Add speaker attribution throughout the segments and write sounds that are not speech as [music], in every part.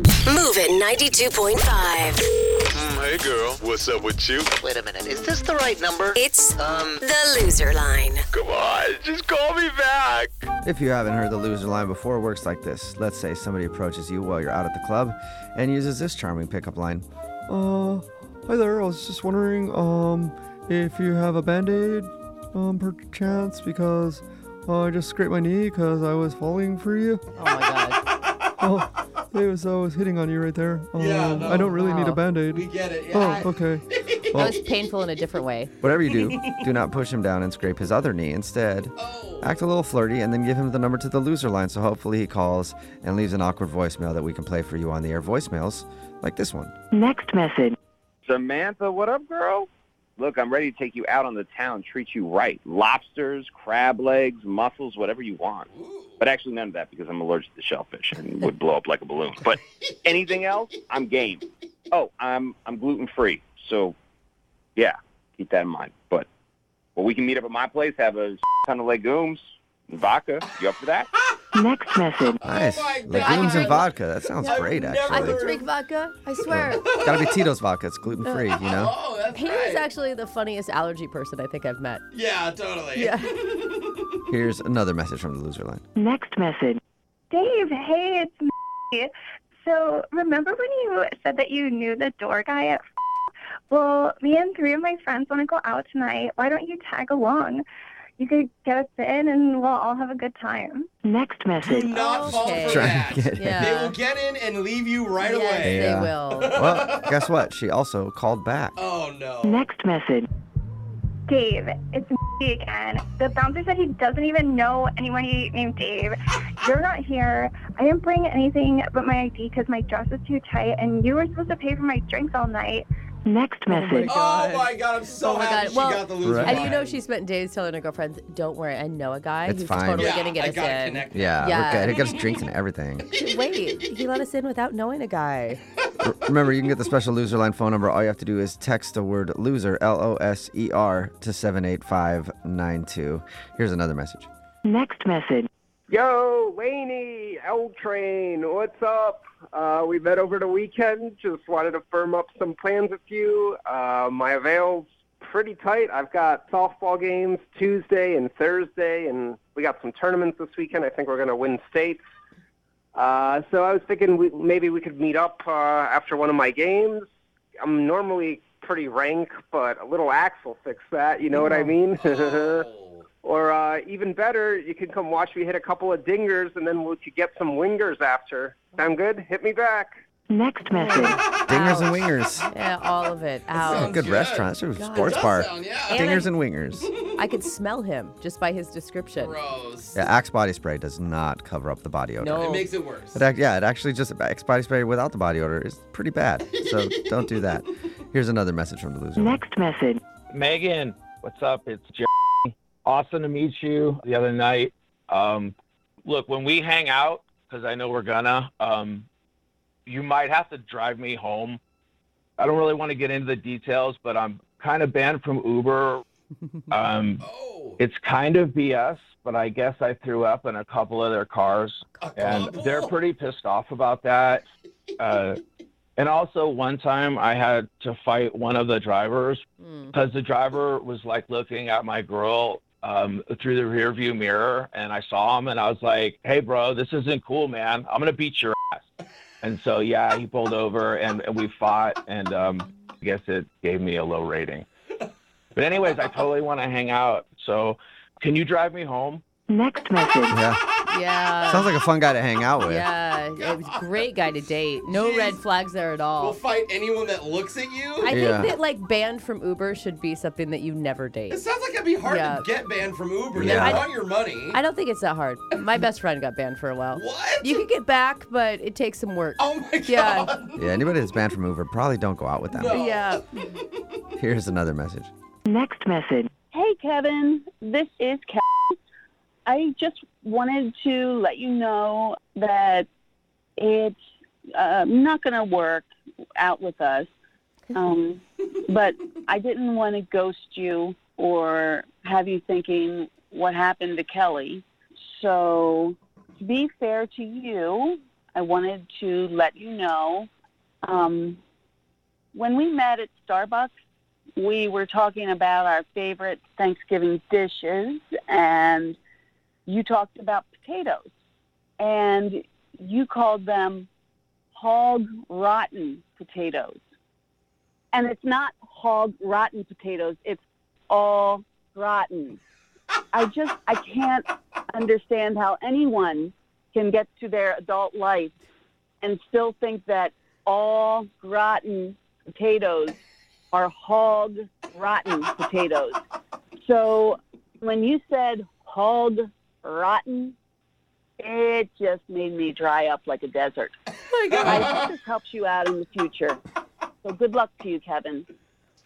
Speaker 1: Move at 92.5.
Speaker 2: Mm, hey, girl. What's up with you?
Speaker 3: Wait a minute. Is this the right number?
Speaker 1: It's
Speaker 3: Um,
Speaker 1: the loser line.
Speaker 2: Come on, just call me back.
Speaker 4: If you haven't heard the loser line before, it works like this. Let's say somebody approaches you while you're out at the club and uses this charming pickup line. Uh, hi there. I was just wondering, um, if you have a band-aid, um, perchance, because uh, I just scraped my knee because I was falling for you.
Speaker 5: [laughs]
Speaker 6: Oh my god.
Speaker 4: Oh, it was, I was hitting on you right there. Um,
Speaker 5: Yeah, no.
Speaker 4: I don't really need a
Speaker 6: Wow.
Speaker 4: band-aid.
Speaker 5: We get it. Yeah, I-
Speaker 4: Oh,
Speaker 5: [laughs]
Speaker 4: okay.
Speaker 6: That
Speaker 4: Well,
Speaker 6: was painful in a different way.
Speaker 4: whatever you do, do not push him down and scrape his other knee. Instead,
Speaker 5: Oh.
Speaker 4: act a little flirty and then give him the number to the loser line so hopefully he calls and leaves an awkward voicemail that we can play for you on the air voicemails like this one.
Speaker 7: Next message.
Speaker 8: Samantha, what up, girl? Look, I'm ready to take you out on the town, treat you right. Lobsters, crab legs, mussels, whatever you want. But actually, none of that because I'm allergic to shellfish and would blow up like a balloon. But anything else, I'm game. Oh, I'm I'm gluten free, so yeah, keep that in mind. But well, we can meet up at my place, have a ton of legumes, and vodka. You up for that?
Speaker 7: Next message.
Speaker 4: Nice.
Speaker 5: Oh my God.
Speaker 4: Legumes and
Speaker 5: I-
Speaker 4: vodka. That sounds
Speaker 5: I've
Speaker 4: great,
Speaker 5: never-
Speaker 9: I
Speaker 4: actually.
Speaker 9: can drink vodka. I swear.
Speaker 4: Gotta be Tito's vodka. It's gluten free, you
Speaker 5: [laughs]
Speaker 4: know?
Speaker 5: Oh, that's
Speaker 6: He
Speaker 5: right.
Speaker 6: was actually the funniest allergy person I think I've met.
Speaker 5: yeah, totally.
Speaker 6: Yeah.
Speaker 4: Here's another message from the loser line.
Speaker 7: Next message.
Speaker 10: Dave, hey, it's me. So remember when you said that you knew the door guy at? [laughs] Well, me and three of my friends want to go out tonight. Why don't you tag along? You could get us in, and we'll all have a good time.
Speaker 7: Next
Speaker 5: Do
Speaker 7: message.
Speaker 5: not fall
Speaker 6: Okay.
Speaker 5: for
Speaker 4: Trying to
Speaker 5: that.
Speaker 4: get it.
Speaker 5: They will
Speaker 6: Yeah.
Speaker 5: get in and leave you right
Speaker 6: yes,
Speaker 5: away.
Speaker 4: Yeah.
Speaker 6: they will.
Speaker 4: Well, guess what? She also called back.
Speaker 5: Oh no.
Speaker 7: Next message.
Speaker 10: Dave, it's me again. The bouncer said he doesn't even know anyone named Dave. You're not here. I didn't bring anything but my ID because my dress is too tight, and you were supposed to pay for my drinks all night.
Speaker 7: Next message.
Speaker 5: Oh my god, I'm so
Speaker 6: Oh my
Speaker 5: happy
Speaker 6: God.
Speaker 5: she
Speaker 6: Well,
Speaker 5: got the loser.
Speaker 4: Right.
Speaker 6: And you
Speaker 5: line.
Speaker 6: know she spent days telling her girlfriends, "Don't worry, I know a guy
Speaker 4: It's
Speaker 6: who's
Speaker 4: fine.
Speaker 6: totally
Speaker 5: yeah,
Speaker 6: gonna get
Speaker 5: I
Speaker 6: us
Speaker 5: gotta
Speaker 6: in."
Speaker 5: connect.
Speaker 4: Yeah,
Speaker 6: Yeah.
Speaker 4: we're good. It gets drinks and everything.
Speaker 6: Wait, he let us in without knowing a guy.
Speaker 4: R- Remember, you can get the special loser line phone number. All you have to do is text the word loser, L O S E R, to 78592. Here's another message.
Speaker 7: Next message.
Speaker 8: Yo, Laney, L Train, what's up? Uh, we met over the weekend. Just wanted to firm up some plans with you. Uh, my avail's pretty tight. I've got softball games Tuesday and Thursday, and we got some tournaments this weekend. I think we're going to win states. Uh, so I was thinking we, maybe we could meet up uh, after one of my games. I'm normally pretty rank, but a little axe will fix that. You know what I mean? [laughs] Or uh, even better, you can come watch me hit a couple of dingers, and then we could get some wingers after. Sound good? Hit me back.
Speaker 7: Next message.
Speaker 4: Dingers and
Speaker 6: Ouch.
Speaker 4: wingers.
Speaker 6: Yeah, all of it.
Speaker 4: Oh,
Speaker 6: Out.
Speaker 4: good
Speaker 5: good.
Speaker 4: restaurant. It's a
Speaker 6: God,
Speaker 4: sports
Speaker 5: Does
Speaker 4: bar.
Speaker 5: sound- yeah.
Speaker 6: And
Speaker 4: Dingers and wingers.
Speaker 6: I could smell him just by his description.
Speaker 5: Gross.
Speaker 4: Yeah, Axe body spray does not cover up the body odor.
Speaker 6: No.
Speaker 5: It makes it worse.
Speaker 4: It ac- yeah, it actually just Axe body spray without the body odor is pretty bad. So don't do that. Here's another message from the loser. line.
Speaker 7: Next message.
Speaker 8: Megan, what's up? It's Jeremy. Awesome to meet you the other night. Um, look, when we hang out, because I know we're gonna, um, you might have to drive me home. I don't really want to get into the details, but I'm kind of banned from Uber. Um,
Speaker 5: Oh.
Speaker 8: It's kind of BS, but I guess I threw up in a couple of their cars,
Speaker 5: A
Speaker 8: and
Speaker 5: couple?
Speaker 8: they're pretty pissed off about that. Uh, and also, one time I had to fight one of the drivers
Speaker 6: Mm.
Speaker 8: because the driver was like looking at my girl um, through the rearview mirror, and I saw him, and I was like, "Hey, bro, this isn't cool, man. I'm gonna beat your ass." And so, yeah, he pulled over, and, and we fought, and um, I guess it gave me a low rating. But anyways, I totally want to hang out. So, can you drive me home?
Speaker 7: Next message.
Speaker 4: Yeah.
Speaker 6: Yeah.
Speaker 4: Sounds like a fun guy to hang out with.
Speaker 6: yeah, it was a great guy to date. No
Speaker 5: Jeez.
Speaker 6: red flags there at all.
Speaker 5: We'll fight anyone that looks at you.
Speaker 6: I think
Speaker 4: Yeah.
Speaker 6: that like banned from Uber should be something that you never
Speaker 5: it
Speaker 6: date.
Speaker 5: sounds like it'd be hard
Speaker 6: Yeah.
Speaker 5: to get banned from Uber.
Speaker 4: Yeah.
Speaker 5: They want your money.
Speaker 6: I don't think it's that hard. My best friend got banned for a while.
Speaker 5: what?
Speaker 6: You could get back, but it takes some work.
Speaker 5: oh my god. [laughs]
Speaker 6: Yeah.
Speaker 4: Yeah, anybody that's banned from Uber, probably don't go out with them.
Speaker 5: No.
Speaker 6: Yeah.
Speaker 4: Here's another message.
Speaker 7: Next message.
Speaker 10: Hey, Kevin. This is Kevin. I just wanted to let you know that it's uh, not going to work out with us. Um, but I didn't want to ghost you or have you thinking what happened to Kelly. So, to be fair to you,
Speaker 7: I wanted to let you know. Um, when we met at Starbucks, we were talking about our favorite Thanksgiving dishes, and you talked about potatoes, and you called them hog rotten potatoes. And it's not hog rotten potatoes, it's all rotten. I just, I can't understand how anyone can get to their adult life and still think that all rotten potatoes are hog rotten potatoes. So when you said hog rotten, it just made me dry up like a desert. I hope this helps you out in the future. So good luck to you, Kevin.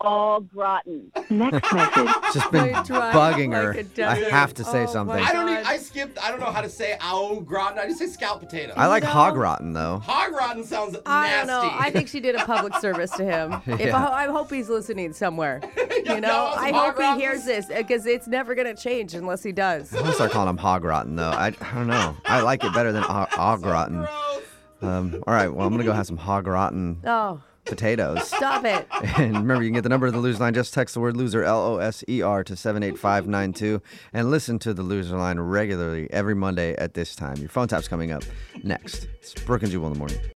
Speaker 7: All rotten.
Speaker 11: Next message.
Speaker 4: It's
Speaker 6: [laughs]
Speaker 4: just been
Speaker 6: I drive
Speaker 4: bugging
Speaker 6: like a
Speaker 4: her. I
Speaker 6: desert.
Speaker 4: have to say
Speaker 6: Oh, my
Speaker 4: something.
Speaker 5: I
Speaker 4: I,
Speaker 5: don't even,
Speaker 6: God.
Speaker 5: I skipped, I don't know how to say au gratin. I just say scalp potato.
Speaker 4: like
Speaker 6: No.
Speaker 4: hog rotten though.
Speaker 5: Hog rotten sounds
Speaker 6: I
Speaker 5: nasty.
Speaker 6: don't know. I think she did a public service to him. If
Speaker 4: Yeah.
Speaker 6: I, I hope he's listening somewhere. You know,
Speaker 5: no,
Speaker 6: I
Speaker 5: hog
Speaker 6: hope
Speaker 5: rotten.
Speaker 6: he hears this because it's never gonna change unless he does.
Speaker 4: I'm gonna start calling him hog rotten though. I, I don't know. I like it better than hog, hog rotten.
Speaker 5: [laughs] Gross.
Speaker 4: Um, all right, well I'm gonna go have some hog rotten
Speaker 6: Oh,
Speaker 4: potatoes. [laughs]
Speaker 6: stop it.
Speaker 4: And remember, you can get the number to the loser line. Just text the word loser, L O S E R, to 78592 and listen to the loser line regularly every Monday at this time. Your phone tap's coming up next. It's Brooke and Jewel in the morning.